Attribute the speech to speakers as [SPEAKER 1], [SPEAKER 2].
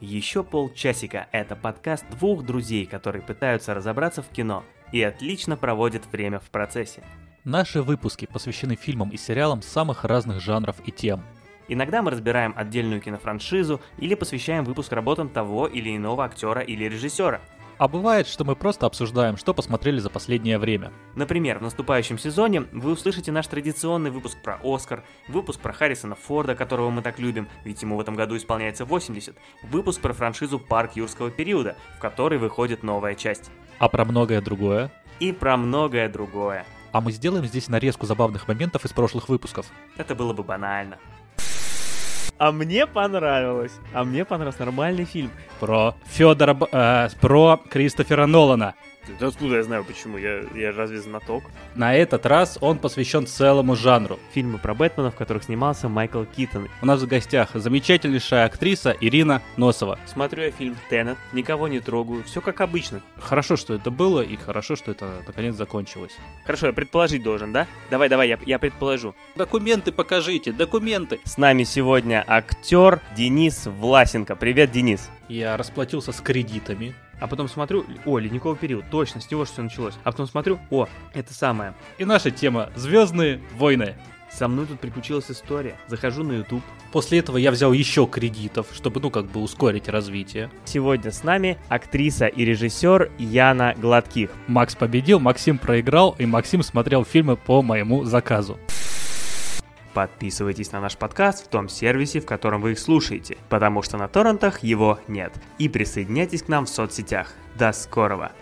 [SPEAKER 1] Еще полчасика – это подкаст двух друзей, которые пытаются разобраться в кино и отлично проводят время в процессе.
[SPEAKER 2] Наши выпуски посвящены фильмам и сериалам самых разных жанров и тем.
[SPEAKER 1] Иногда мы разбираем отдельную кинофраншизу или посвящаем выпуск работам того или иного актера или режиссера.
[SPEAKER 2] А бывает, что мы просто обсуждаем, что посмотрели за последнее время.
[SPEAKER 1] Например, в наступающем сезоне вы услышите наш традиционный выпуск про Оскар, выпуск про Харрисона Форда, которого мы так любим, ведь ему в этом году исполняется 80, выпуск про франшизу «Парк юрского периода», в которой выходит новая часть.
[SPEAKER 2] А про многое другое.
[SPEAKER 1] И про многое другое.
[SPEAKER 2] А мы сделаем здесь нарезку забавных моментов из прошлых выпусков.
[SPEAKER 1] Это было бы банально.
[SPEAKER 3] А мне понравилось. А мне понравился нормальный фильм.
[SPEAKER 2] Про Федора... Б- э, про Кристофера Нолана.
[SPEAKER 3] Да откуда я знаю, почему? Я, я разве знаток?
[SPEAKER 2] На этот раз он посвящен целому жанру.
[SPEAKER 1] Фильмы про Бэтмена, в которых снимался Майкл Китон.
[SPEAKER 2] У нас в гостях замечательнейшая актриса Ирина Носова.
[SPEAKER 3] Смотрю я фильм «Теннет», никого не трогаю, все как обычно.
[SPEAKER 2] Хорошо, что это было, и хорошо, что это наконец закончилось.
[SPEAKER 3] Хорошо, я предположить должен, да? Давай, давай, я, я предположу.
[SPEAKER 2] Документы покажите, документы!
[SPEAKER 1] С нами сегодня актер Денис Власенко. Привет, Денис.
[SPEAKER 2] Я расплатился с кредитами.
[SPEAKER 3] А потом смотрю, о, ледниковый период, точно, с него же все началось. А потом смотрю, о, это самое.
[SPEAKER 2] И наша тема «Звездные войны».
[SPEAKER 3] Со мной тут приключилась история. Захожу на YouTube.
[SPEAKER 2] После этого я взял еще кредитов, чтобы, ну, как бы ускорить развитие.
[SPEAKER 1] Сегодня с нами актриса и режиссер Яна Гладких.
[SPEAKER 2] Макс победил, Максим проиграл, и Максим смотрел фильмы по моему заказу.
[SPEAKER 1] Подписывайтесь на наш подкаст в том сервисе, в котором вы их слушаете, потому что на торрентах его нет. И присоединяйтесь к нам в соцсетях. До скорого!